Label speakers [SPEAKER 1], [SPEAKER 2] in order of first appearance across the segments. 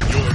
[SPEAKER 1] You're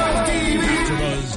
[SPEAKER 1] AfterBuzz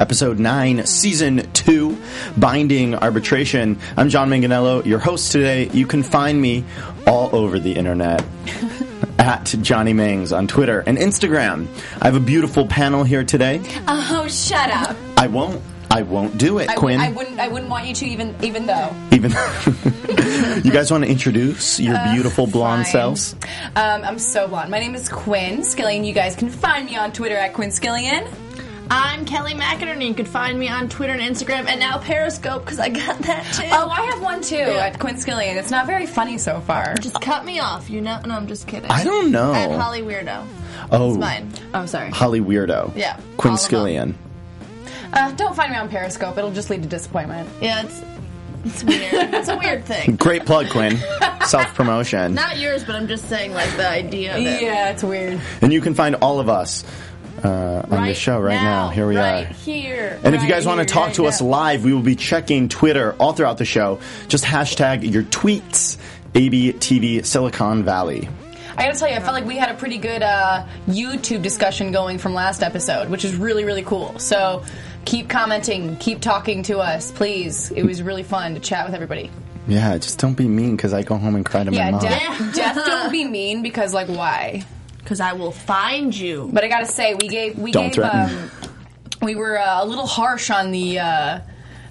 [SPEAKER 2] episode 9, season 2, Binding Arbitration. I'm John Manganello, your host today. You can find me all over the internet. At Johnny Mangs on Twitter and Instagram. I have a beautiful panel here today.
[SPEAKER 3] Oh, shut up,
[SPEAKER 2] I won't. I won't do it,
[SPEAKER 3] I,
[SPEAKER 2] Quinn.
[SPEAKER 3] I wouldn't. I wouldn't want you to even, even though.
[SPEAKER 2] Even you guys want to introduce your
[SPEAKER 4] Uh,
[SPEAKER 2] beautiful blonde
[SPEAKER 3] fine.
[SPEAKER 2] selves?
[SPEAKER 3] Um, I'm so blonde. My name is Quinn Skillian. You guys can find me on Twitter at Quinn Skillian.
[SPEAKER 4] I'm Kelly McInerney. You can find me on Twitter and Instagram, and now Periscope because I got that too.
[SPEAKER 3] Oh, I have one too at Quinn Skillian. It's not very funny so far.
[SPEAKER 4] just cut me off. You know? No, I'm just kidding.
[SPEAKER 2] I don't know.
[SPEAKER 4] And Holly Weirdo.
[SPEAKER 2] oh,
[SPEAKER 4] It's mine.
[SPEAKER 3] Oh, sorry.
[SPEAKER 2] Holly Weirdo.
[SPEAKER 4] Yeah,
[SPEAKER 2] Quinn
[SPEAKER 4] all of them.
[SPEAKER 2] Skillian.
[SPEAKER 3] Uh, don't find me on Periscope. It'll just lead to disappointment.
[SPEAKER 4] Yeah, it's it's weird. it's a weird thing.
[SPEAKER 2] Great plug, Quinn. Self promotion.
[SPEAKER 4] Not yours, but I'm just saying like the idea of it.
[SPEAKER 3] Yeah, it's weird.
[SPEAKER 2] And you can find all of us uh, on
[SPEAKER 4] Right
[SPEAKER 2] this show right now. Here we
[SPEAKER 4] right
[SPEAKER 2] are.
[SPEAKER 4] Here.
[SPEAKER 2] And if you
[SPEAKER 4] right
[SPEAKER 2] guys want to
[SPEAKER 4] here,
[SPEAKER 2] talk
[SPEAKER 4] right
[SPEAKER 2] to us
[SPEAKER 4] now.
[SPEAKER 2] live, we will be checking Twitter all throughout the show. Just hashtag your tweets, ABTV Silicon Valley.
[SPEAKER 3] I gotta tell you, I felt like we had a pretty good uh, YouTube discussion going from last episode, which is really, really cool. So keep commenting, keep talking to us, please. It was really fun to chat with everybody.
[SPEAKER 2] Yeah, just don't be mean because I go home and cry to
[SPEAKER 3] Yeah,
[SPEAKER 2] my mom.
[SPEAKER 3] death, death don't be mean because like why?
[SPEAKER 4] because I will find you.
[SPEAKER 3] But I gotta say we gave we
[SPEAKER 2] Don't
[SPEAKER 3] gave
[SPEAKER 2] threaten.
[SPEAKER 3] um, we were uh, a little harsh on the. Uh,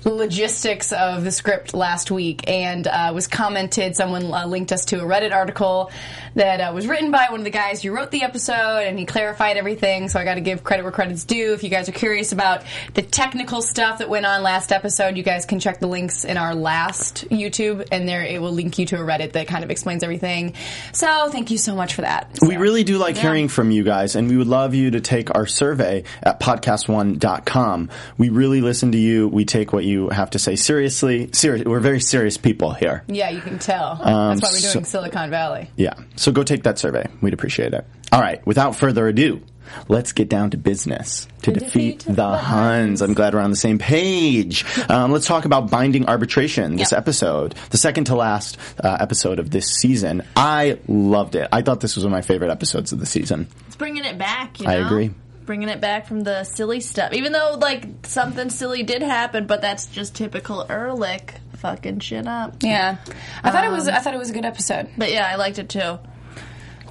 [SPEAKER 3] logistics of the script last week and uh, was commented someone uh, linked us to a reddit article that uh, was written by one of the guys who wrote the episode and he clarified everything so i got to give credit where credit's due if you guys are curious about the technical stuff that went on last episode you guys can check the links in our last youtube and there it will link you to a reddit that kind of explains everything so thank you so much for that
[SPEAKER 2] We really do like hearing from you guys, and we would love you to take our survey at podcast1.com. We really listen to you. We take what you have to say seriously. Serious, we're very serious people here.
[SPEAKER 3] Yeah, you can tell.
[SPEAKER 2] Um,
[SPEAKER 3] That's why we're doing Silicon Valley.
[SPEAKER 2] Yeah. So go take that survey. We'd appreciate it. All right. Without further ado, let's get down to business to defeat, the, Huns. I'm glad we're on the same page. Um, let's talk about binding arbitration. This
[SPEAKER 3] Yep.
[SPEAKER 2] episode, the second to last uh, episode of this season, I loved it. I thought this was one of my favorite episodes of the season.
[SPEAKER 4] It's bringing it back. You
[SPEAKER 2] I
[SPEAKER 4] know?
[SPEAKER 2] agree.
[SPEAKER 4] Bringing it back from the silly stuff, even though like something silly did happen, but that's just typical Ehrlich fucking shit up.
[SPEAKER 3] Yeah, I thought it was. I thought it was a good episode.
[SPEAKER 4] But yeah, I liked it too.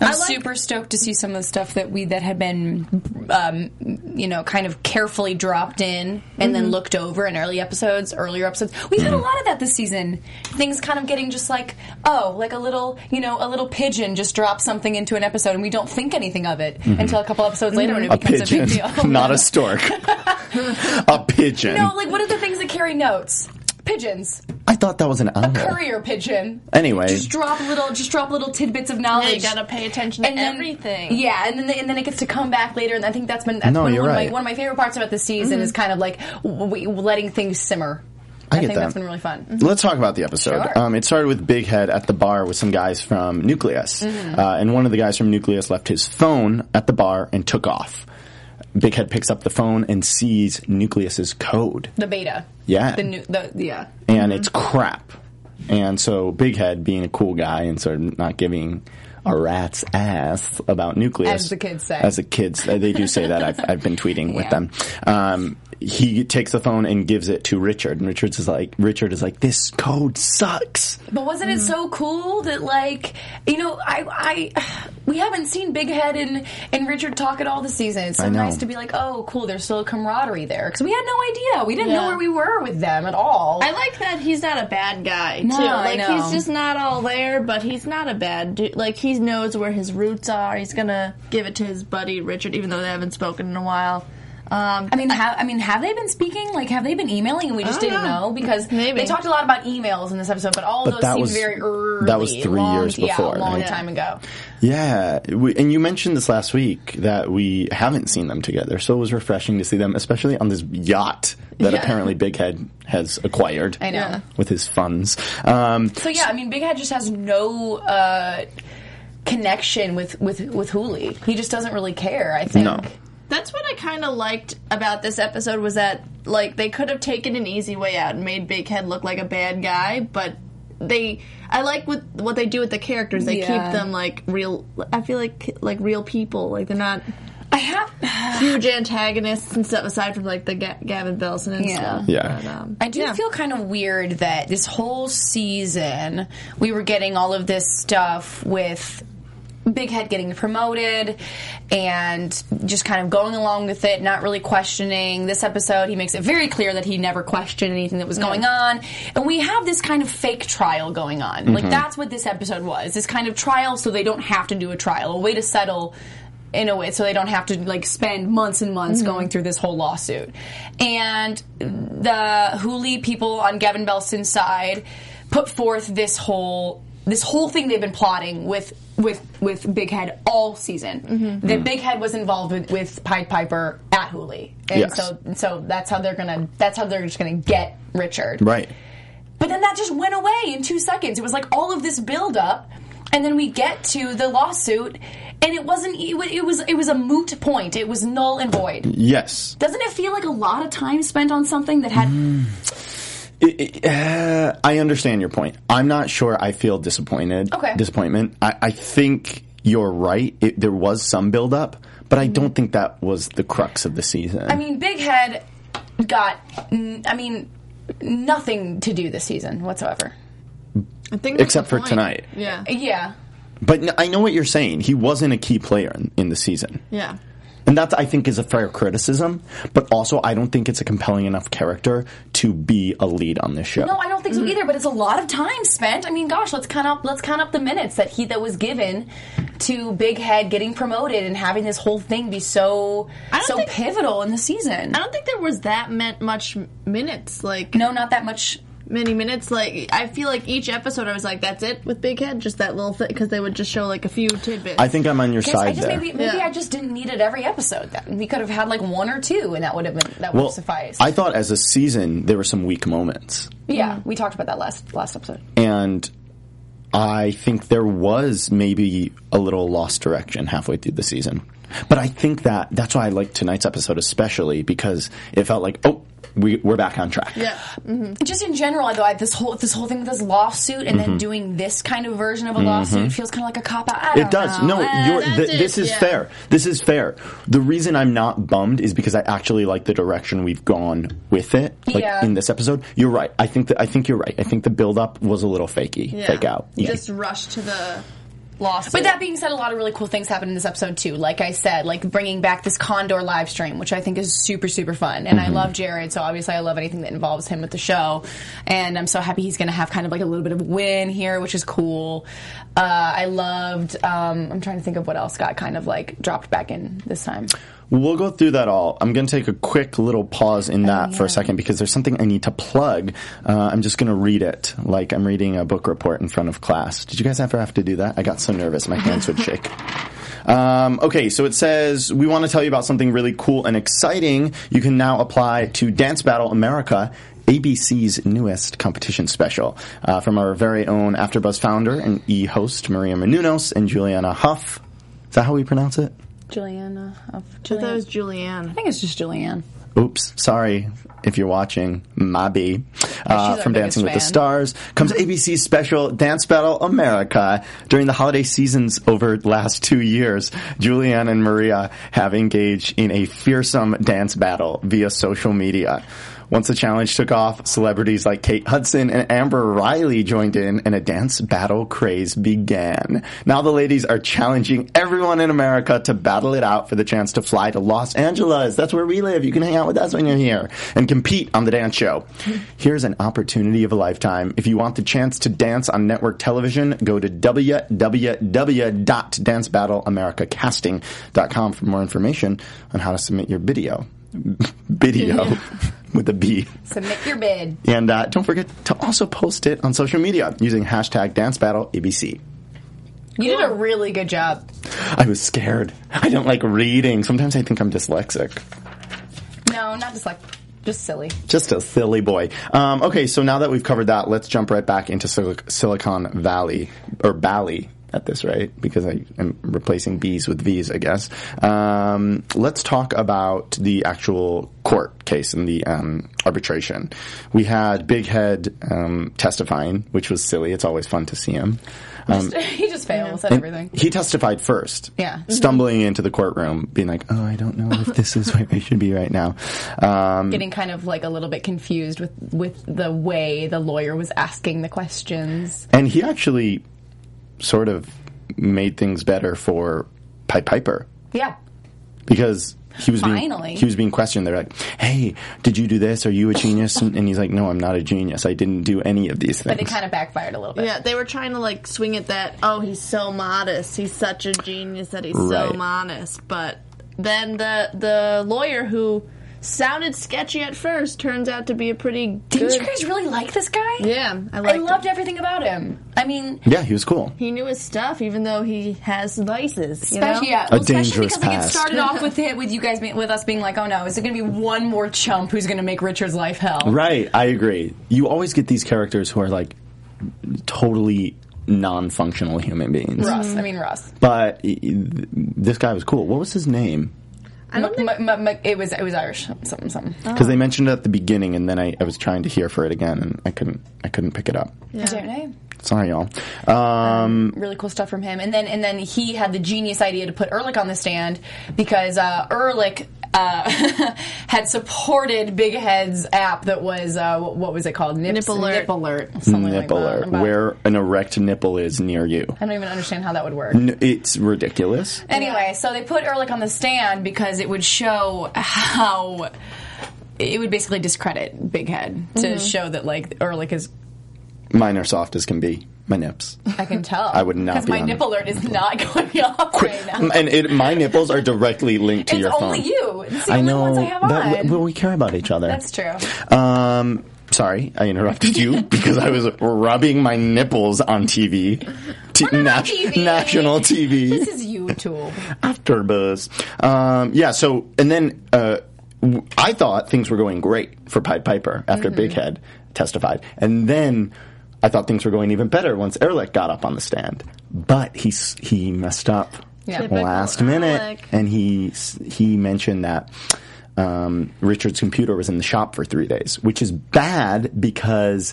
[SPEAKER 3] I'm
[SPEAKER 4] like-
[SPEAKER 3] super stoked to see some of the stuff that we that had been, um, you know, kind of carefully dropped in and then looked over in early episodes, earlier episodes. We've had a
[SPEAKER 2] Mm-hmm.
[SPEAKER 3] lot of that this season. Things kind of getting just like, oh, like a little, you know, a little pigeon just drops something into an episode and we don't think anything of it until a couple episodes later when it
[SPEAKER 2] Mm-hmm. A
[SPEAKER 3] becomes a
[SPEAKER 2] pigeon,
[SPEAKER 3] big deal.
[SPEAKER 2] not a stork. a pigeon.
[SPEAKER 3] no, like what are the things that carry notes? Pigeons.
[SPEAKER 2] I thought that was an owl.
[SPEAKER 3] courier pigeon.
[SPEAKER 2] Anyway.
[SPEAKER 3] just drop little, just drop little tidbits of knowledge.
[SPEAKER 4] Yeah, you gotta pay attention to everything.
[SPEAKER 3] Yeah, and then and then it gets to come back later, and I think that's been that's
[SPEAKER 2] No,
[SPEAKER 3] one,
[SPEAKER 2] you're
[SPEAKER 3] one, of
[SPEAKER 2] right.
[SPEAKER 3] my, one of my favorite parts about the
[SPEAKER 4] Mm-hmm.
[SPEAKER 3] season is kind of like w- w- letting things simmer.
[SPEAKER 2] I get
[SPEAKER 3] think
[SPEAKER 2] that.
[SPEAKER 3] has been really fun.
[SPEAKER 2] Let's talk about the episode.
[SPEAKER 3] Sure.
[SPEAKER 2] Um, it started with Big Head at the bar with some guys from Nucleus,
[SPEAKER 3] Mm-hmm.
[SPEAKER 2] uh, and one of the guys from Nucleus left his phone at the bar and took off. Big Head picks up the phone and sees Nucleus's code,
[SPEAKER 3] The beta.
[SPEAKER 2] Yeah.
[SPEAKER 3] The new. The yeah.
[SPEAKER 2] and it's crap. And so Big Head, being a cool guy and sort of not giving a rat's ass about Nucleus,
[SPEAKER 3] As the kids say.
[SPEAKER 2] as the kids they do say that I've, I've been tweeting with
[SPEAKER 3] Yeah.
[SPEAKER 2] them. Um, he takes the phone and gives it to Richard, and Richard's is like, Richard is like, this code sucks.
[SPEAKER 3] But wasn't
[SPEAKER 4] Mm-hmm.
[SPEAKER 3] it so cool that like you know I I we haven't seen Big Head and and Richard talk at all this season. It's so
[SPEAKER 2] I know.
[SPEAKER 3] nice to be like oh cool there's still a camaraderie there because we had no idea we didn't know
[SPEAKER 4] Yeah.
[SPEAKER 3] where we were with them at all.
[SPEAKER 4] I like that he's not a bad guy
[SPEAKER 3] No,
[SPEAKER 4] too.
[SPEAKER 3] I
[SPEAKER 4] Like
[SPEAKER 3] know.
[SPEAKER 4] he's just not all there, but he's not a bad dude. Like he knows where his roots are. He's gonna give it to his buddy Richard, even though they haven't spoken in a while. Um,
[SPEAKER 3] I mean, have, I mean, have they been speaking? Like, have they been emailing, and we just
[SPEAKER 4] I don't
[SPEAKER 3] didn't
[SPEAKER 4] know.
[SPEAKER 3] know because
[SPEAKER 4] Maybe.
[SPEAKER 3] they talked a lot about emails in this episode, but all
[SPEAKER 2] But
[SPEAKER 3] those
[SPEAKER 2] that
[SPEAKER 3] seemed
[SPEAKER 2] was-
[SPEAKER 3] very early.
[SPEAKER 2] that was three
[SPEAKER 3] long-
[SPEAKER 2] years before,
[SPEAKER 3] yeah, a long
[SPEAKER 2] right?
[SPEAKER 3] time ago.
[SPEAKER 2] Yeah, we, and you mentioned this last week that we haven't seen them together, so it was refreshing to see them, especially on this yacht that
[SPEAKER 4] Yeah.
[SPEAKER 2] apparently Big Head has acquired
[SPEAKER 3] I know.
[SPEAKER 4] Yeah.
[SPEAKER 2] with his funds. Um,
[SPEAKER 3] So yeah, I mean, Big Head just has no uh, connection with with with Hooli. He just doesn't really care. I think.
[SPEAKER 2] No.
[SPEAKER 4] That's what I kind of liked about this episode was that like they could have taken an easy way out and made Big Head look like a bad guy, but they I like what what they do with the characters. They
[SPEAKER 3] Yeah.
[SPEAKER 4] keep them like real. I feel like like real people. Like they're not
[SPEAKER 3] I have.
[SPEAKER 4] huge antagonists and stuff. Aside from like the Ga- Gavin Belson and
[SPEAKER 3] Yeah.
[SPEAKER 4] stuff.
[SPEAKER 2] Yeah.
[SPEAKER 4] But, um,
[SPEAKER 3] I do
[SPEAKER 4] yeah.
[SPEAKER 3] feel kind of weird that this whole season we were getting all of this stuff with Big Head getting promoted and just kind of going along with it, not really questioning. This episode, he makes it very clear that he never questioned anything that was going on. And we have this kind of fake trial going on. Like, that's what this episode was this kind of trial, so they don't have to do a trial, a way to settle in a way so they don't have to like spend months and months
[SPEAKER 2] Mm-hmm.
[SPEAKER 3] going through this whole lawsuit. And the Huli people on Gavin Belson's side put forth this whole this whole thing they've been plotting with with with Big Head all season.
[SPEAKER 2] Mm-hmm.
[SPEAKER 3] That Big Head was involved with, with Pied Piper at Huli. And
[SPEAKER 2] Yes.
[SPEAKER 3] so so that's how they're gonna that's how they're just gonna get Richard.
[SPEAKER 2] right.
[SPEAKER 3] But then that just went away in two seconds. It was like all of this buildup, and then we get to the lawsuit, and it wasn't. e, It wa- it was. It was a moot point. It was null and void.
[SPEAKER 2] Yes.
[SPEAKER 3] Doesn't it feel like a lot of time spent on something that had?
[SPEAKER 2] It- it- uh, I understand your point. I'm not sure I feel disappointed.
[SPEAKER 3] Okay.
[SPEAKER 2] Disappointment. I, I think you're right. It, there was some buildup, but I don't think that was the crux of the season.
[SPEAKER 3] I mean, Big Head got. n- I mean, nothing to do this season whatsoever.
[SPEAKER 4] I think that's
[SPEAKER 2] Except
[SPEAKER 4] the
[SPEAKER 2] for
[SPEAKER 4] point.
[SPEAKER 2] tonight.
[SPEAKER 4] Yeah.
[SPEAKER 3] Yeah.
[SPEAKER 2] but n- I know what you're saying. He wasn't a key player in, in the season.
[SPEAKER 4] Yeah.
[SPEAKER 2] And that I think is a fair criticism, but also I don't think it's a compelling enough character to be a lead on this show.
[SPEAKER 3] No, I don't think
[SPEAKER 4] Mm.
[SPEAKER 3] so either. But it's a lot of time spent. I mean, gosh, let's count up. Let's count up the minutes that he that was given to Big Head getting promoted and having this whole thing be so
[SPEAKER 4] I don't
[SPEAKER 3] so
[SPEAKER 4] think-
[SPEAKER 3] pivotal in the season.
[SPEAKER 4] I don't think there was that meant much minutes. Like
[SPEAKER 3] no, not that much.
[SPEAKER 4] many minutes. Like I feel like each episode, I was like, "That's it with Big Head," just that little thing because they would just show like a few tidbits.
[SPEAKER 2] I think I'm on your
[SPEAKER 3] Guess
[SPEAKER 2] side
[SPEAKER 3] I just
[SPEAKER 2] there.
[SPEAKER 3] maybe maybe
[SPEAKER 4] Yeah.
[SPEAKER 3] I just didn't need it every episode. Then we could have had like one or two, and that would have been that would
[SPEAKER 2] well,
[SPEAKER 3] have sufficed.
[SPEAKER 2] I thought as a season there were some weak moments,
[SPEAKER 3] yeah,
[SPEAKER 4] Mm.
[SPEAKER 3] we talked about that last last episode.
[SPEAKER 2] and I think there was maybe a little lost direction halfway through the season. But I think that that's why I liked tonight's episode especially because it felt like oh we, we're back on track.
[SPEAKER 4] yeah.
[SPEAKER 3] just in general though I, this whole this whole thing with this lawsuit and then doing this kind of version of a lawsuit feels kind of like a cop out I
[SPEAKER 2] Mm-hmm. It
[SPEAKER 3] don't
[SPEAKER 2] does. No,
[SPEAKER 3] know.
[SPEAKER 2] you're,
[SPEAKER 4] that's
[SPEAKER 2] th-
[SPEAKER 4] it,
[SPEAKER 2] this is
[SPEAKER 4] yeah.
[SPEAKER 2] fair. This is fair. The reason I'm not bummed is because I actually like the direction we've gone with it. Like
[SPEAKER 3] Yeah.
[SPEAKER 2] in this episode, you're right. I think that I think you're right. I think the build up was a little fakey,
[SPEAKER 4] Yeah.
[SPEAKER 2] fake out. Yeah.
[SPEAKER 4] Just rush to the lawsuit.
[SPEAKER 3] But that being said, a lot of really cool things happened in this episode too. Like I said, like bringing back this Condor live stream, which I think is super super fun, and I love Jared, so obviously I love anything that involves him with the show, and I'm so happy he's going to have kind of like a little bit of win here, which is cool. Uh, I loved. Um, I'm trying to think of what else got kind of like dropped back in this time.
[SPEAKER 2] We'll go through that all. I'm going to take a quick little pause in that for a second because there's something I need to plug. Uh, I'm just going to read it like I'm reading a book report in front of class. Did you guys ever have to do that? I got so nervous, my hands would shake. Um, okay, so it says we want to tell you about something really cool and exciting. You can now apply to Dance Battle America. ABC's newest competition special uh, from our very own AfterBuzz founder and e-host Maria Menounos and Juliana Huff. Is that how we pronounce it?
[SPEAKER 3] Juliana,
[SPEAKER 4] I thought it was Julianne.
[SPEAKER 3] I think it's just Julianne.
[SPEAKER 2] Oops, sorry if you're watching, Mabi, uh,
[SPEAKER 3] our
[SPEAKER 2] from Dancing with
[SPEAKER 3] biggest
[SPEAKER 2] the
[SPEAKER 3] fan.
[SPEAKER 2] Stars, comes ABC's special Dance Battle America during the holiday seasons over the last two years. Julianne and Maria have engaged in a fearsome dance battle via social media. Once the challenge took off, celebrities like Kate Hudson and Amber Riley joined in and a dance battle craze began. Now the ladies are challenging everyone in America to battle it out for the chance to fly to Los Angeles. That's where we live. You can hang out with us when you're here and compete on the dance show. Here's an opportunity of a lifetime. If you want the chance to dance on network television, go to www.dancebattleamericacasting.com for more information on how to submit your video. video with a B.
[SPEAKER 3] Submit your bid.
[SPEAKER 2] And uh, don't forget to also post it on social media using hashtag dancebattleabc.
[SPEAKER 3] You did a really good job.
[SPEAKER 2] I was scared. I don't like reading. Sometimes I think I'm dyslexic.
[SPEAKER 3] No, not just like, just silly.
[SPEAKER 2] Just a silly boy. Um, okay, so now that we've covered that, let's jump right back into Sil- Silicon Valley or Bally at this rate because I am replacing B's with V's, I guess. Um, let's talk about the actual court case and the um, arbitration. We had Big Head um, testifying, which was silly. It's always fun to see him. Um,
[SPEAKER 3] he just fails at everything.
[SPEAKER 2] He testified first.
[SPEAKER 3] Yeah.
[SPEAKER 2] Stumbling into the courtroom, being like, oh, I don't know if this is where we should be right now. Um,
[SPEAKER 3] Getting kind of like a little bit confused with with the way the lawyer was asking the questions.
[SPEAKER 2] and he actually sort of made things better for Pipe Piper
[SPEAKER 3] Yeah.
[SPEAKER 2] because he was
[SPEAKER 3] Finally.
[SPEAKER 2] being he was being questioned. They're like, "Hey, did you do this? Are you a genius?" And, and he's like, "No, I'm not a genius. I didn't do any of these things."
[SPEAKER 3] But it kind of backfired a little bit.
[SPEAKER 4] Yeah, they were trying to like swing at that. Oh, he's so modest. He's such a genius that he's so
[SPEAKER 2] Right.
[SPEAKER 4] modest. But then the the lawyer who sounded sketchy at first turns out to be a pretty
[SPEAKER 3] Didn't
[SPEAKER 4] good.
[SPEAKER 3] you guys really like this guy?
[SPEAKER 4] yeah, I
[SPEAKER 3] I
[SPEAKER 4] liked him.
[SPEAKER 3] loved everything about him. I mean,
[SPEAKER 2] yeah, he was cool.
[SPEAKER 4] He knew his stuff, even though he has vices. You know?
[SPEAKER 3] especially, yeah, well, especially
[SPEAKER 2] dangerous
[SPEAKER 3] because like, it
[SPEAKER 2] past.
[SPEAKER 3] started off with it with you guys being, with us being like, oh no, is it going to be one more chump who's going to make Richard's life hell?
[SPEAKER 2] Right, I agree. You always get these characters who are like totally non-functional human beings.
[SPEAKER 3] Russ,
[SPEAKER 4] Mm-hmm.
[SPEAKER 3] I mean Russ.
[SPEAKER 2] But y- y- this guy was cool. What was his name?
[SPEAKER 4] I don't think
[SPEAKER 3] M- m- m- it was it was Irish something something.
[SPEAKER 2] Because they mentioned it at the beginning, and then I, I was trying to hear for it again, and I couldn't. I couldn't pick it up.
[SPEAKER 3] I don't know.
[SPEAKER 2] Sorry, y'all. Um,
[SPEAKER 3] really cool stuff from him. And then and then he had the genius idea to put Ehrlich on the stand because uh, Ehrlich uh, had supported Big Head's app that was uh, what, what was it called? Nips,
[SPEAKER 4] Nip Alert.
[SPEAKER 3] Nip alert. Something like
[SPEAKER 2] Mm, nipple,
[SPEAKER 3] that.
[SPEAKER 2] or
[SPEAKER 3] About-
[SPEAKER 2] where an erect nipple is near you.
[SPEAKER 3] I don't even understand how that would work.
[SPEAKER 2] N- It's ridiculous.
[SPEAKER 3] Anyway, so they put Ehrlich on the stand because it would show how it would basically discredit Big Head to show that like Ehrlich is.
[SPEAKER 2] Mine are soft as can be. My nips.
[SPEAKER 3] I can tell.
[SPEAKER 2] I would not
[SPEAKER 3] because
[SPEAKER 2] be
[SPEAKER 3] my
[SPEAKER 2] on-
[SPEAKER 3] nip alert is not going off right now.
[SPEAKER 2] and it, my nipples are directly linked Mm, to
[SPEAKER 3] It's
[SPEAKER 2] your phone.
[SPEAKER 3] only you. It's the
[SPEAKER 2] I
[SPEAKER 3] only
[SPEAKER 2] know.
[SPEAKER 3] ones I have
[SPEAKER 2] that-
[SPEAKER 3] on.
[SPEAKER 2] well, we care about each other.
[SPEAKER 3] That's true.
[SPEAKER 2] Um, sorry, I interrupted you because I was rubbing my nipples on TV. T-
[SPEAKER 3] We're not on
[SPEAKER 2] nat-
[SPEAKER 3] TV.
[SPEAKER 2] National TV.
[SPEAKER 3] This is YouTube.
[SPEAKER 2] after buzz. Um, yeah. So and then uh, w- I thought things were going great for Pied Piper after Big
[SPEAKER 3] Mm-hmm.
[SPEAKER 2] Head testified, and then I thought things were going even better once Ehrlich got up on the stand, but he s- he messed up
[SPEAKER 3] Yeah. Typical
[SPEAKER 2] last minute,
[SPEAKER 4] Ehrlich.
[SPEAKER 2] and he s- he mentioned that. Um, Richard's computer was in the shop for three days, which is bad because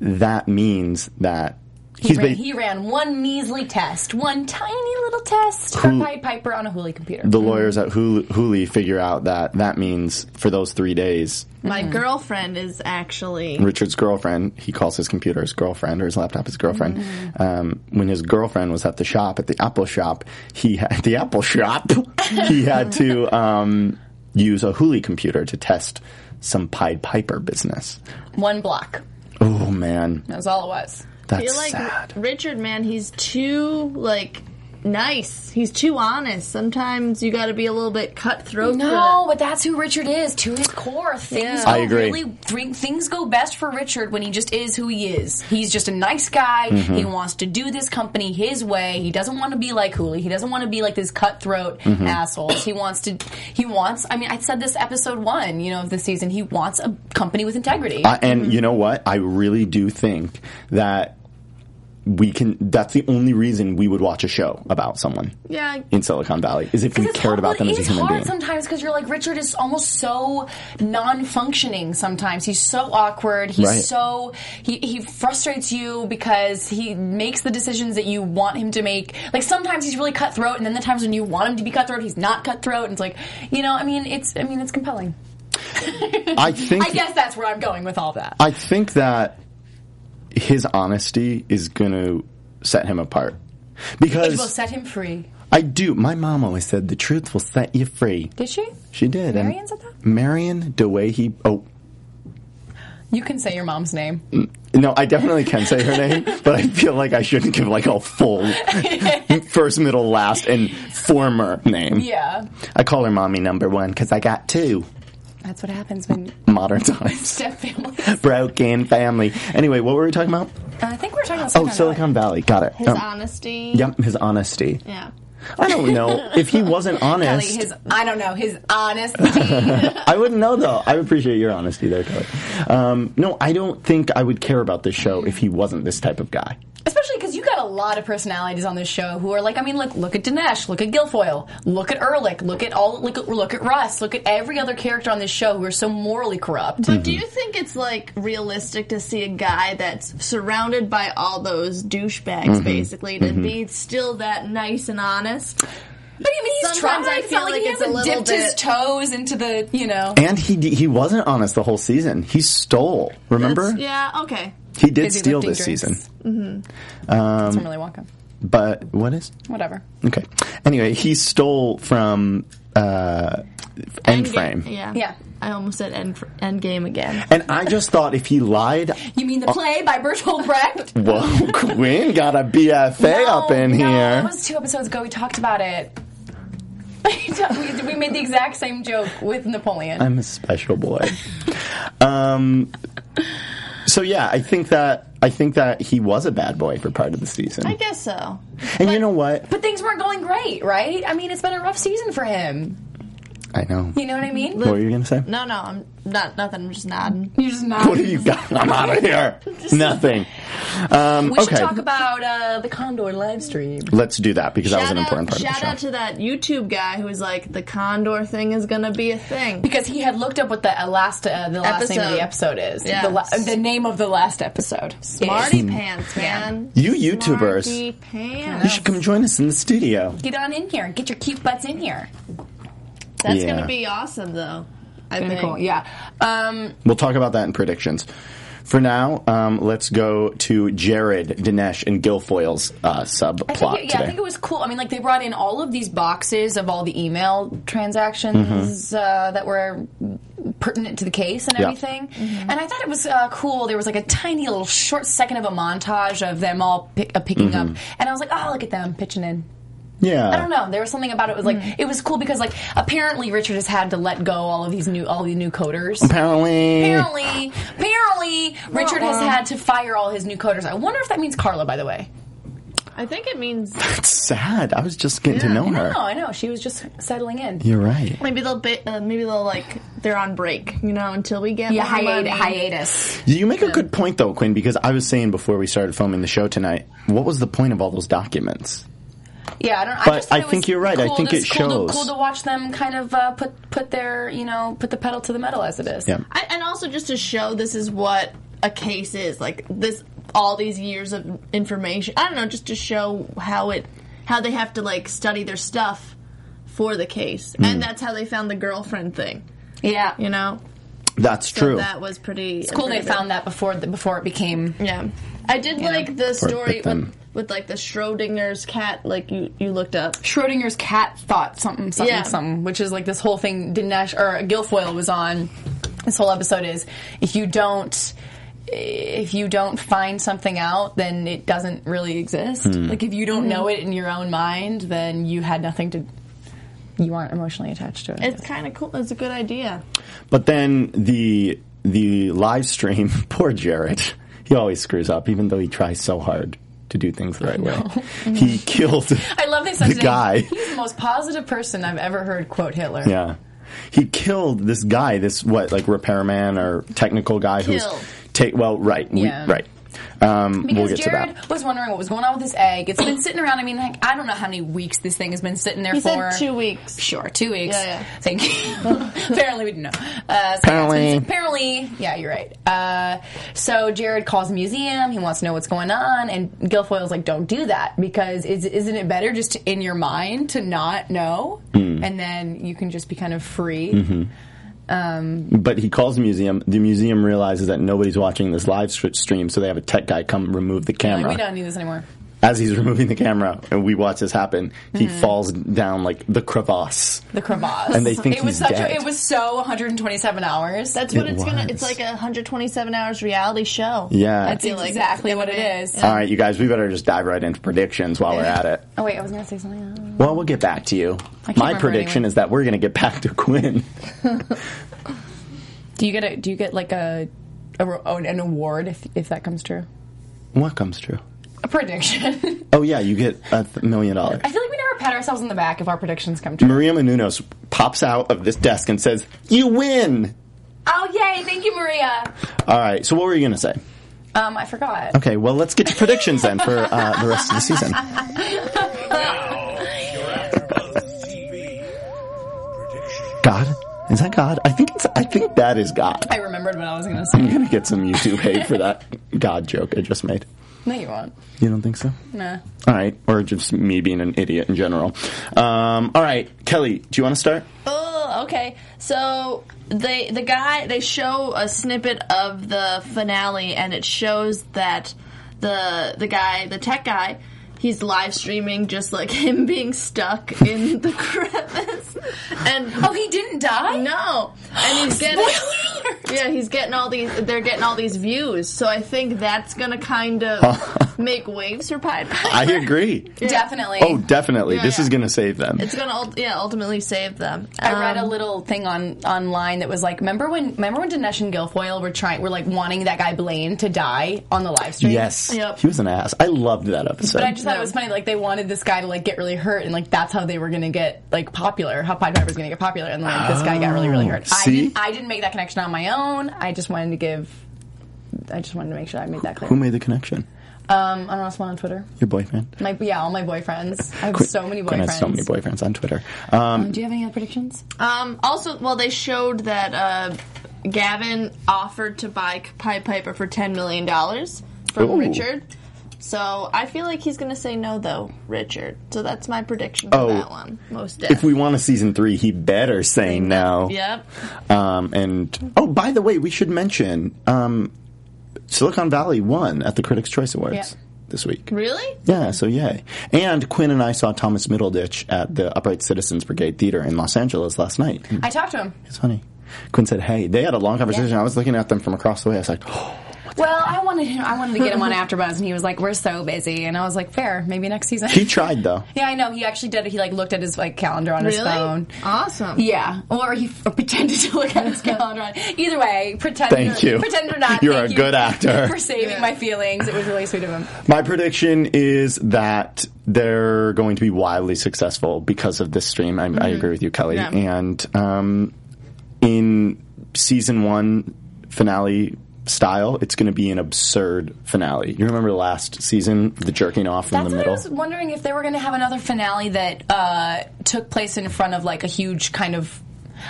[SPEAKER 2] that means that he's
[SPEAKER 3] Ran-
[SPEAKER 2] ba-
[SPEAKER 3] he ran one measly test, one tiny little test for Pied Piper on a Hooli computer.
[SPEAKER 4] Mm-hmm.
[SPEAKER 2] the lawyers at Hulu, Hulu figure out that that means for those three days,
[SPEAKER 4] my girlfriend is actually.
[SPEAKER 2] Richard's girlfriend, he calls his computer his girlfriend or his laptop his girlfriend.
[SPEAKER 4] Mm-hmm.
[SPEAKER 2] Um, when his girlfriend was at the shop, at the Apple shop, he had the Apple shop, he had to um, use a Hulu computer to test some Pied Piper business.
[SPEAKER 3] One block.
[SPEAKER 2] Oh man,
[SPEAKER 3] That was all it was.
[SPEAKER 4] I
[SPEAKER 2] that's
[SPEAKER 4] feel like
[SPEAKER 2] sad.
[SPEAKER 4] Richard, man, he's too like nice. He's too honest. Sometimes you got to be a little bit cutthroat. for
[SPEAKER 3] No,
[SPEAKER 4] that.
[SPEAKER 3] but that's who Richard is to his core. Things
[SPEAKER 4] Oh, Yeah.
[SPEAKER 3] go
[SPEAKER 2] I agree.
[SPEAKER 3] really th- things go best for Richard when he just is who he is. He's just a nice guy.
[SPEAKER 2] Mm-hmm.
[SPEAKER 3] He wants to do this company his way. He doesn't want to be like Hooli. He doesn't want to be like this cutthroat
[SPEAKER 2] Mm-hmm.
[SPEAKER 3] assholes. He wants to he wants I mean I said this episode 1, you know, of the season. He wants a company with integrity.
[SPEAKER 2] I, and you know what? I really do think that we can. That's the only reason we would watch a show about someone
[SPEAKER 4] Yeah.
[SPEAKER 2] in Silicon Valley is if we
[SPEAKER 3] It's
[SPEAKER 2] cared about
[SPEAKER 3] hard-
[SPEAKER 2] them as a
[SPEAKER 3] it's
[SPEAKER 2] human
[SPEAKER 3] hard
[SPEAKER 2] being.
[SPEAKER 3] sometimes because you're like Richard is almost so non-functioning. Sometimes he's so awkward. He's
[SPEAKER 2] Right.
[SPEAKER 3] so he, he frustrates you because he makes the decisions that you want him to make. Like sometimes he's really cutthroat, and then the times when you want him to be cutthroat, he's not cutthroat. And it's like you know, I mean, it's I mean, it's compelling.
[SPEAKER 2] I think.
[SPEAKER 3] I guess that's where I'm going with all that.
[SPEAKER 2] I think that his honesty is going to set him apart.
[SPEAKER 3] it will
[SPEAKER 2] Because
[SPEAKER 3] set him free.
[SPEAKER 2] I do. My mom always said the truth will set you free.
[SPEAKER 3] Did she?
[SPEAKER 2] She did. and
[SPEAKER 3] Marion said that?
[SPEAKER 2] Marion DeWahey. Oh,
[SPEAKER 3] You can say your mom's name.
[SPEAKER 2] Mm. no, I definitely can say her name, but I feel like I shouldn't give like a full first, middle, last, and former name.
[SPEAKER 3] Yeah,
[SPEAKER 2] I call her mommy number one because I got two
[SPEAKER 3] that's what happens when
[SPEAKER 2] modern times.
[SPEAKER 3] step family.
[SPEAKER 2] Broken family. Anyway, what were we talking about?
[SPEAKER 3] I think we're talking about
[SPEAKER 2] Oh, Silicon Valley. Got it.
[SPEAKER 4] His
[SPEAKER 2] Um,
[SPEAKER 4] honesty.
[SPEAKER 2] Yep, his honesty.
[SPEAKER 4] Yeah.
[SPEAKER 2] I don't know. if he wasn't honest,
[SPEAKER 3] Kelly, his I don't know his honesty.
[SPEAKER 2] I wouldn't know though. I appreciate your honesty there, Kelly. Um, no, I don't think I would care about this show if he wasn't this type of guy.
[SPEAKER 3] Especially because you got a lot of personalities on this show who are like, I mean, look, look at Dinesh, look at Guilfoyle, look at Ehrlich, look at all, look at, look at Russ, look at every other character on this show who are so morally corrupt.
[SPEAKER 4] But do
[SPEAKER 2] Mm-hmm.
[SPEAKER 4] you think it's like realistic to see a guy that's surrounded by all those douchebags,
[SPEAKER 2] Mm-hmm.
[SPEAKER 4] basically, to be still that nice and honest?
[SPEAKER 3] But I mean, he's
[SPEAKER 4] Sometimes
[SPEAKER 3] tried.
[SPEAKER 4] I
[SPEAKER 3] It's not
[SPEAKER 4] feel
[SPEAKER 3] like he
[SPEAKER 4] like it's a
[SPEAKER 3] hasn't
[SPEAKER 4] little
[SPEAKER 3] dipped his
[SPEAKER 4] bit-
[SPEAKER 3] toes into the, you know,
[SPEAKER 2] And he d- he wasn't honest the whole season. He stole. Remember?
[SPEAKER 4] Yeah. Okay.
[SPEAKER 2] He did
[SPEAKER 3] Busy
[SPEAKER 2] steal
[SPEAKER 3] lifting
[SPEAKER 2] this
[SPEAKER 3] drinks.
[SPEAKER 2] season.
[SPEAKER 3] it's really Wonka.
[SPEAKER 2] But what is?
[SPEAKER 3] Whatever.
[SPEAKER 2] Okay. Anyway, he stole from uh,
[SPEAKER 4] Endga-
[SPEAKER 2] Endframe.
[SPEAKER 4] Yeah.
[SPEAKER 3] Yeah.
[SPEAKER 4] I almost said end, end game again.
[SPEAKER 2] And I just thought if he lied,
[SPEAKER 3] You mean the play by Bertolt Brecht?
[SPEAKER 2] whoa, Quinn got a BFA up in
[SPEAKER 3] no,
[SPEAKER 2] here.
[SPEAKER 3] That was two episodes ago. We talked about it. we, we made the exact same joke with Napoleon.
[SPEAKER 2] I'm a special boy. um, so yeah, I think that I think that he was a bad boy for part of the season.
[SPEAKER 4] I guess so.
[SPEAKER 2] and you know what?
[SPEAKER 3] but things weren't going great, right? I mean, it's been a rough season for him.
[SPEAKER 2] I know.
[SPEAKER 3] You know what I mean?
[SPEAKER 2] What were you gonna say?
[SPEAKER 4] No, no, I'm not nothing. I'm just nodding.
[SPEAKER 3] You're just not.
[SPEAKER 2] What do you got? I'm out of here. Nothing. Um,
[SPEAKER 3] We
[SPEAKER 2] okay,
[SPEAKER 3] should talk about uh, the Condor live stream.
[SPEAKER 2] let's do that because that was an
[SPEAKER 4] out,
[SPEAKER 2] important part of
[SPEAKER 4] shout
[SPEAKER 2] the
[SPEAKER 4] out
[SPEAKER 2] show.
[SPEAKER 4] to that YouTube guy who was like, the Condor thing is gonna be a thing.
[SPEAKER 3] Because he had looked up what the uh, last uh, the last name of the
[SPEAKER 4] Episode.
[SPEAKER 3] episode is.
[SPEAKER 4] Yeah.
[SPEAKER 3] The, la- uh, the name of the last episode. is-
[SPEAKER 4] Marty Pants,
[SPEAKER 2] Mm.
[SPEAKER 4] man.
[SPEAKER 2] You YouTubers,
[SPEAKER 4] Marty
[SPEAKER 2] you
[SPEAKER 4] Pants.
[SPEAKER 2] should come join us in the studio.
[SPEAKER 3] Get on in here. Get your cute butts in here.
[SPEAKER 4] That's
[SPEAKER 2] Yeah.
[SPEAKER 4] gonna be awesome, though. I think.
[SPEAKER 3] Cool. Yeah. Um,
[SPEAKER 2] We'll talk about that in predictions. For now, um, let's go to Jared, Dinesh, and Guilfoyle's uh,
[SPEAKER 3] I think
[SPEAKER 2] subplot
[SPEAKER 3] it,
[SPEAKER 2] today.
[SPEAKER 3] yeah, I think it was cool. I mean, like they brought in all of these boxes of all the email transactions uh, that were pertinent to the case and
[SPEAKER 2] Mm-hmm. Yeah.
[SPEAKER 3] everything. And I thought it was uh, cool. There was like a tiny little short second of a montage of them all pick, uh, picking up,
[SPEAKER 2] Mm-hmm.
[SPEAKER 3] and I was like, oh, look at them pitching in.
[SPEAKER 2] yeah.
[SPEAKER 3] I don't know. There was something about it was like
[SPEAKER 2] Mm-hmm.
[SPEAKER 3] it was cool because like apparently Richard has had to let go all of these new all the new coders.
[SPEAKER 2] Apparently.
[SPEAKER 3] Apparently, apparently Richard has had to fire all his new coders. I wonder if that means Carla, by the way.
[SPEAKER 4] I think it means
[SPEAKER 2] It's sad. I was just getting to know her.
[SPEAKER 3] No, I know she was just settling in.
[SPEAKER 2] You're right.
[SPEAKER 4] maybe they'll bi- uh, maybe they'll like they're on break, you know, until we get
[SPEAKER 3] Yeah,
[SPEAKER 4] more money.
[SPEAKER 3] hiat- hiatus.
[SPEAKER 2] You make a good point though, Quinn, because I was saying before we started filming the show tonight, what was the point of all those documents?
[SPEAKER 3] Yeah, I don't. I
[SPEAKER 2] But
[SPEAKER 3] just thought
[SPEAKER 2] I
[SPEAKER 3] it was
[SPEAKER 2] think you're right. I
[SPEAKER 3] cool
[SPEAKER 2] think
[SPEAKER 3] to-
[SPEAKER 2] it
[SPEAKER 3] cool to-
[SPEAKER 2] shows.
[SPEAKER 3] Cool to watch them kind of uh, put put their you know put the pedal to the metal as it is.
[SPEAKER 2] Yeah.
[SPEAKER 4] I, and also just to show this is what a case is like this all these years of information i don't know just to show how it how they have to like study their stuff for the case
[SPEAKER 2] Hmm.
[SPEAKER 4] and that's how they found the girlfriend thing
[SPEAKER 3] yeah.
[SPEAKER 4] you know
[SPEAKER 2] That's
[SPEAKER 4] So
[SPEAKER 2] true.
[SPEAKER 4] that was pretty
[SPEAKER 3] It's cool they found that before the, before it became.
[SPEAKER 4] yeah i did like the story
[SPEAKER 2] with them.
[SPEAKER 4] with, with like the schrodinger's cat like you you looked up
[SPEAKER 3] Schrodinger's cat thought something something
[SPEAKER 4] Yeah.
[SPEAKER 3] something, which is like this whole thing. Dinesh or Guilfoyle was on. This whole episode is if you don't if you don't find something out, then it doesn't really exist.
[SPEAKER 2] Hmm.
[SPEAKER 3] Like if you don't know it in your own mind, then you had nothing to. You aren't emotionally attached to it. I
[SPEAKER 4] it's kind of cool it's a good idea
[SPEAKER 2] But then the the live stream, poor Jared. He always screws up, even though he tries so hard to do things the right way. He killed
[SPEAKER 3] I love this.
[SPEAKER 2] the guy.
[SPEAKER 3] He's the most positive person I've ever heard quote Hitler.
[SPEAKER 2] Yeah. He killed this guy, this what, like repairman or technical guy who's
[SPEAKER 4] Killed.
[SPEAKER 2] take well, right. we-
[SPEAKER 3] Yeah.
[SPEAKER 2] right. Um, we'll
[SPEAKER 3] Because
[SPEAKER 2] get to
[SPEAKER 3] Jared
[SPEAKER 2] that.
[SPEAKER 3] was wondering what was going on with his egg. It's been sitting around. I mean, like, I don't know how many weeks this thing has been sitting there
[SPEAKER 4] He
[SPEAKER 3] for.
[SPEAKER 4] said two weeks.
[SPEAKER 3] Sure, two weeks.
[SPEAKER 4] Yeah, yeah.
[SPEAKER 3] Thank you. apparently, we didn't know. Uh, so
[SPEAKER 2] Apparently.
[SPEAKER 3] yeah, it's been- apparently, yeah, you're right. Uh, so Jared calls the museum. He wants to know what's going on, and Guilfoyle's like, "Don't do that because is, isn't it better just to, in your mind to not know,
[SPEAKER 2] Hmm.
[SPEAKER 3] and then you can just be kind of free."
[SPEAKER 2] Mm-hmm. But he calls the museum. The museum realizes that nobody's watching this live st- stream, so they have a tech guy come remove the
[SPEAKER 3] Like,
[SPEAKER 2] camera.
[SPEAKER 3] we don't need this anymore.
[SPEAKER 2] As he's removing the camera, and we watch this happen, he
[SPEAKER 3] Mm-hmm.
[SPEAKER 2] falls down like the crevasse.
[SPEAKER 3] The crevasse.
[SPEAKER 2] And they think
[SPEAKER 3] it was
[SPEAKER 2] he's
[SPEAKER 3] such.
[SPEAKER 2] dead.
[SPEAKER 3] A, it was so 127 hours.
[SPEAKER 4] That's what
[SPEAKER 2] It
[SPEAKER 4] it's gonna.
[SPEAKER 2] was.
[SPEAKER 4] It's like a 127 hours reality show.
[SPEAKER 2] Yeah.
[SPEAKER 4] I feel like
[SPEAKER 3] exactly
[SPEAKER 4] it's
[SPEAKER 3] what
[SPEAKER 4] gonna
[SPEAKER 3] it
[SPEAKER 4] be-
[SPEAKER 3] is.
[SPEAKER 2] All right, you guys, we better just dive right into predictions while we're at it.
[SPEAKER 3] Oh wait, I was gonna say something. else.
[SPEAKER 2] Well, we'll get back to you.
[SPEAKER 3] can't
[SPEAKER 2] My
[SPEAKER 3] remember
[SPEAKER 2] prediction
[SPEAKER 3] anyway.
[SPEAKER 2] is that we're going to get back to Quinn.
[SPEAKER 3] Do you get a? Do you get like a, a ro- oh, an award if if that comes true?
[SPEAKER 2] what comes true?
[SPEAKER 3] A prediction.
[SPEAKER 2] Oh yeah, you get a th- million dollars.
[SPEAKER 3] I feel like we never pat ourselves on the back if our predictions come true.
[SPEAKER 2] Maria Menounos pops out of this desk and says, "You win."
[SPEAKER 3] Oh yay! Thank you, Maria.
[SPEAKER 2] All right. So what were you going to say?
[SPEAKER 3] Um, I forgot.
[SPEAKER 2] Okay. Well, let's get to predictions then for uh, the rest of the season. God, is that God? I think it's. I think that is God.
[SPEAKER 3] I remembered what I was gonna
[SPEAKER 2] I'm
[SPEAKER 3] say.
[SPEAKER 2] gonna get some YouTube hate for that God joke I just made.
[SPEAKER 3] no, you won't.
[SPEAKER 2] You don't think so?
[SPEAKER 3] Nah.
[SPEAKER 2] All right, or just me being an idiot in general. Um, all right, Kelly, do you want to start?
[SPEAKER 4] Oh, okay. So they the guy they show a snippet of the finale, and it shows that the the guy the tech guy. He's live streaming just like him being stuck in the crevice, and
[SPEAKER 3] Oh, he didn't die.
[SPEAKER 4] No, and he's getting. yeah, he's getting all these. They're getting all these views, so I think that's gonna kind of make waves for Pied Piper.
[SPEAKER 2] I agree.
[SPEAKER 3] Definitely.
[SPEAKER 2] Oh, definitely.
[SPEAKER 4] Yeah,
[SPEAKER 2] this is
[SPEAKER 4] yeah.
[SPEAKER 2] going to save them.
[SPEAKER 4] It's gonna ult- yeah ultimately save them.
[SPEAKER 3] I read a
[SPEAKER 4] Um,
[SPEAKER 3] little thing on online that was like, remember when remember when Dinesh and Guilfoyle were trying were like wanting that guy Blaine to die on the live stream?
[SPEAKER 2] yes.
[SPEAKER 4] Yep.
[SPEAKER 2] He was an ass. I loved that episode.
[SPEAKER 3] But I just thought it was funny. Like they wanted this guy to like get really hurt, and like that's how they were going to get like popular. How Pied Piper was going to get popular, and like this guy got really really hurt. I
[SPEAKER 2] see?
[SPEAKER 3] didn't, I didn't make that connection on my own. I just wanted to give. I just wanted to make sure I made that clear.
[SPEAKER 2] Who made the connection?
[SPEAKER 3] um, I don't know someone on Twitter.
[SPEAKER 2] Your boyfriend.
[SPEAKER 3] My yeah, all my boyfriends. I have
[SPEAKER 2] Quinn-
[SPEAKER 3] so many
[SPEAKER 2] Quinn
[SPEAKER 3] boyfriends. Oh,
[SPEAKER 2] has so many boyfriends on Twitter. Um,
[SPEAKER 3] Do you have any other predictions?
[SPEAKER 4] Um, also, well, they showed that uh, Gavin offered to buy Pied Piper for ten million dollars from
[SPEAKER 2] Ooh.
[SPEAKER 4] Richard. So I feel like he's gonna say no though, Richard. So that's my prediction for
[SPEAKER 2] Oh.
[SPEAKER 4] that one. Most
[SPEAKER 2] if
[SPEAKER 4] definitely.
[SPEAKER 2] we want a season three, he better say no.
[SPEAKER 4] Yep.
[SPEAKER 2] Um, and oh, by the way, we should mention um, Silicon Valley won at the Critics' Choice Awards
[SPEAKER 3] Yeah.
[SPEAKER 2] this week.
[SPEAKER 4] Really?
[SPEAKER 2] Yeah, so yay. And Quinn and I saw Thomas Middleditch at the Upright Citizens Brigade Theater in Los Angeles last night.
[SPEAKER 3] I talked to him.
[SPEAKER 2] It's funny. Quinn said, "Hey, they had a long conversation. I was looking at them from across the way. I was like, oh,
[SPEAKER 3] Well, I wanted him. I wanted to get him on AfterBuzz, and he was like, "We're so busy," and I was like, "Fair, maybe next season."
[SPEAKER 2] he tried though.
[SPEAKER 3] Yeah, I know. He actually did. it. He like looked at his like calendar on his
[SPEAKER 4] Really?
[SPEAKER 3] phone.
[SPEAKER 4] Awesome.
[SPEAKER 3] Yeah, or he f- or pretended to look at his calendar. on- Either way, pretend.
[SPEAKER 2] Thank you.
[SPEAKER 3] Pretend or not.
[SPEAKER 2] You're
[SPEAKER 3] thank
[SPEAKER 2] a
[SPEAKER 3] you
[SPEAKER 2] good actor.
[SPEAKER 3] for saving
[SPEAKER 4] Yeah.
[SPEAKER 3] my feelings. It was really sweet of him.
[SPEAKER 2] My prediction is that they're going to be wildly successful because of this stream. I,
[SPEAKER 3] Mm-hmm.
[SPEAKER 2] I agree with you, Kelly.
[SPEAKER 4] Yeah.
[SPEAKER 2] And um, in season one finale style, it's going to be an absurd finale. You remember last season, the jerking off in
[SPEAKER 3] That's
[SPEAKER 2] the
[SPEAKER 3] what I
[SPEAKER 2] middle?
[SPEAKER 3] was wondering if they were going to have another finale that uh, took place in front of like a huge kind of.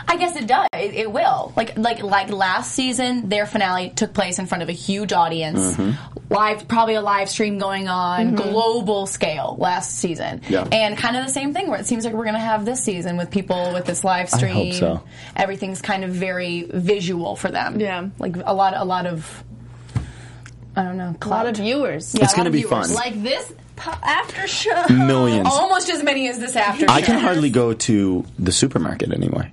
[SPEAKER 3] I guess it does. It, it will. Like like like last season, their finale took place in front of a huge audience,
[SPEAKER 2] Mm-hmm.
[SPEAKER 3] live probably a live stream going on global scale last season.
[SPEAKER 2] Yeah.
[SPEAKER 3] And kind of the same thing where it seems like we're going to have this season with people with this live
[SPEAKER 2] hope
[SPEAKER 3] stream.
[SPEAKER 2] so.
[SPEAKER 3] Everything's kind of very visual for them.
[SPEAKER 4] Yeah.
[SPEAKER 3] Like a lot a lot of. I don't know.
[SPEAKER 4] A lot of viewers.
[SPEAKER 2] It's gonna be fun. Mm.
[SPEAKER 4] Like this po- after show.
[SPEAKER 2] Millions.
[SPEAKER 3] Almost as many as this after.
[SPEAKER 2] I
[SPEAKER 3] show.
[SPEAKER 2] can hardly go to the supermarket anymore.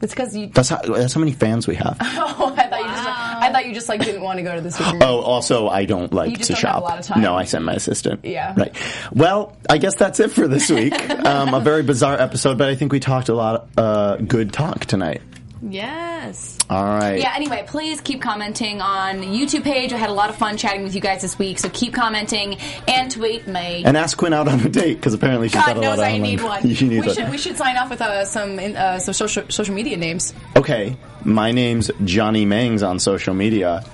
[SPEAKER 3] It's because you.
[SPEAKER 2] That's how, that's how many fans we have.
[SPEAKER 3] Oh, I thought you just. I thought you just like didn't want to go to the supermarket.
[SPEAKER 2] Oh, also, I don't like
[SPEAKER 3] You just
[SPEAKER 2] to
[SPEAKER 3] don't
[SPEAKER 2] shop.
[SPEAKER 3] have a lot of time.
[SPEAKER 2] No, I sent my assistant.
[SPEAKER 3] Yeah.
[SPEAKER 2] Right. Well, I guess that's it for this week. um, a very bizarre episode, but I think we talked a lot uh, good talk tonight.
[SPEAKER 4] Yes.
[SPEAKER 2] All right.
[SPEAKER 3] Yeah. Anyway, please keep commenting on the YouTube page. I had a lot of fun chatting with you guys this week, so keep commenting and tweet me.
[SPEAKER 2] And ask Quinn out on a date because apparently she's got
[SPEAKER 3] God
[SPEAKER 2] a lot
[SPEAKER 3] knows
[SPEAKER 2] of
[SPEAKER 3] I
[SPEAKER 2] online-
[SPEAKER 3] need one.
[SPEAKER 2] She needs
[SPEAKER 3] we
[SPEAKER 2] it.
[SPEAKER 3] should we should sign off with uh, some in, uh, some social social media names.
[SPEAKER 2] Okay, my name's Johnny Mangs on social media,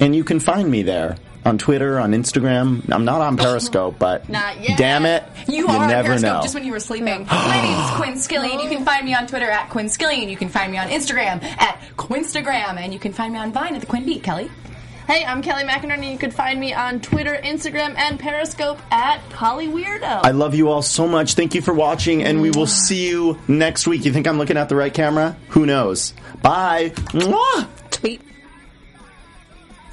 [SPEAKER 2] and you can find me there on Twitter, on Instagram. I'm not on Periscope, but
[SPEAKER 4] Not yet.
[SPEAKER 2] damn it,
[SPEAKER 3] You, are on
[SPEAKER 2] never
[SPEAKER 3] Periscope
[SPEAKER 2] know.
[SPEAKER 3] just when you were sleeping. My name's Quinn Skillian. You can find me on Twitter at Quinn Skillian. You can find me on Instagram at Quinstagram. And you can find me on Vine at the Quinn Beat, Kelly.
[SPEAKER 4] Hey, I'm Kelly McInerney. You can find me on Twitter, Instagram, and Periscope at Polly Weirdo.
[SPEAKER 2] I love you all so much. Thank you for watching, and we will see you next week. You think I'm looking at the right camera? Who knows? Bye. Mwah!
[SPEAKER 3] Tweet.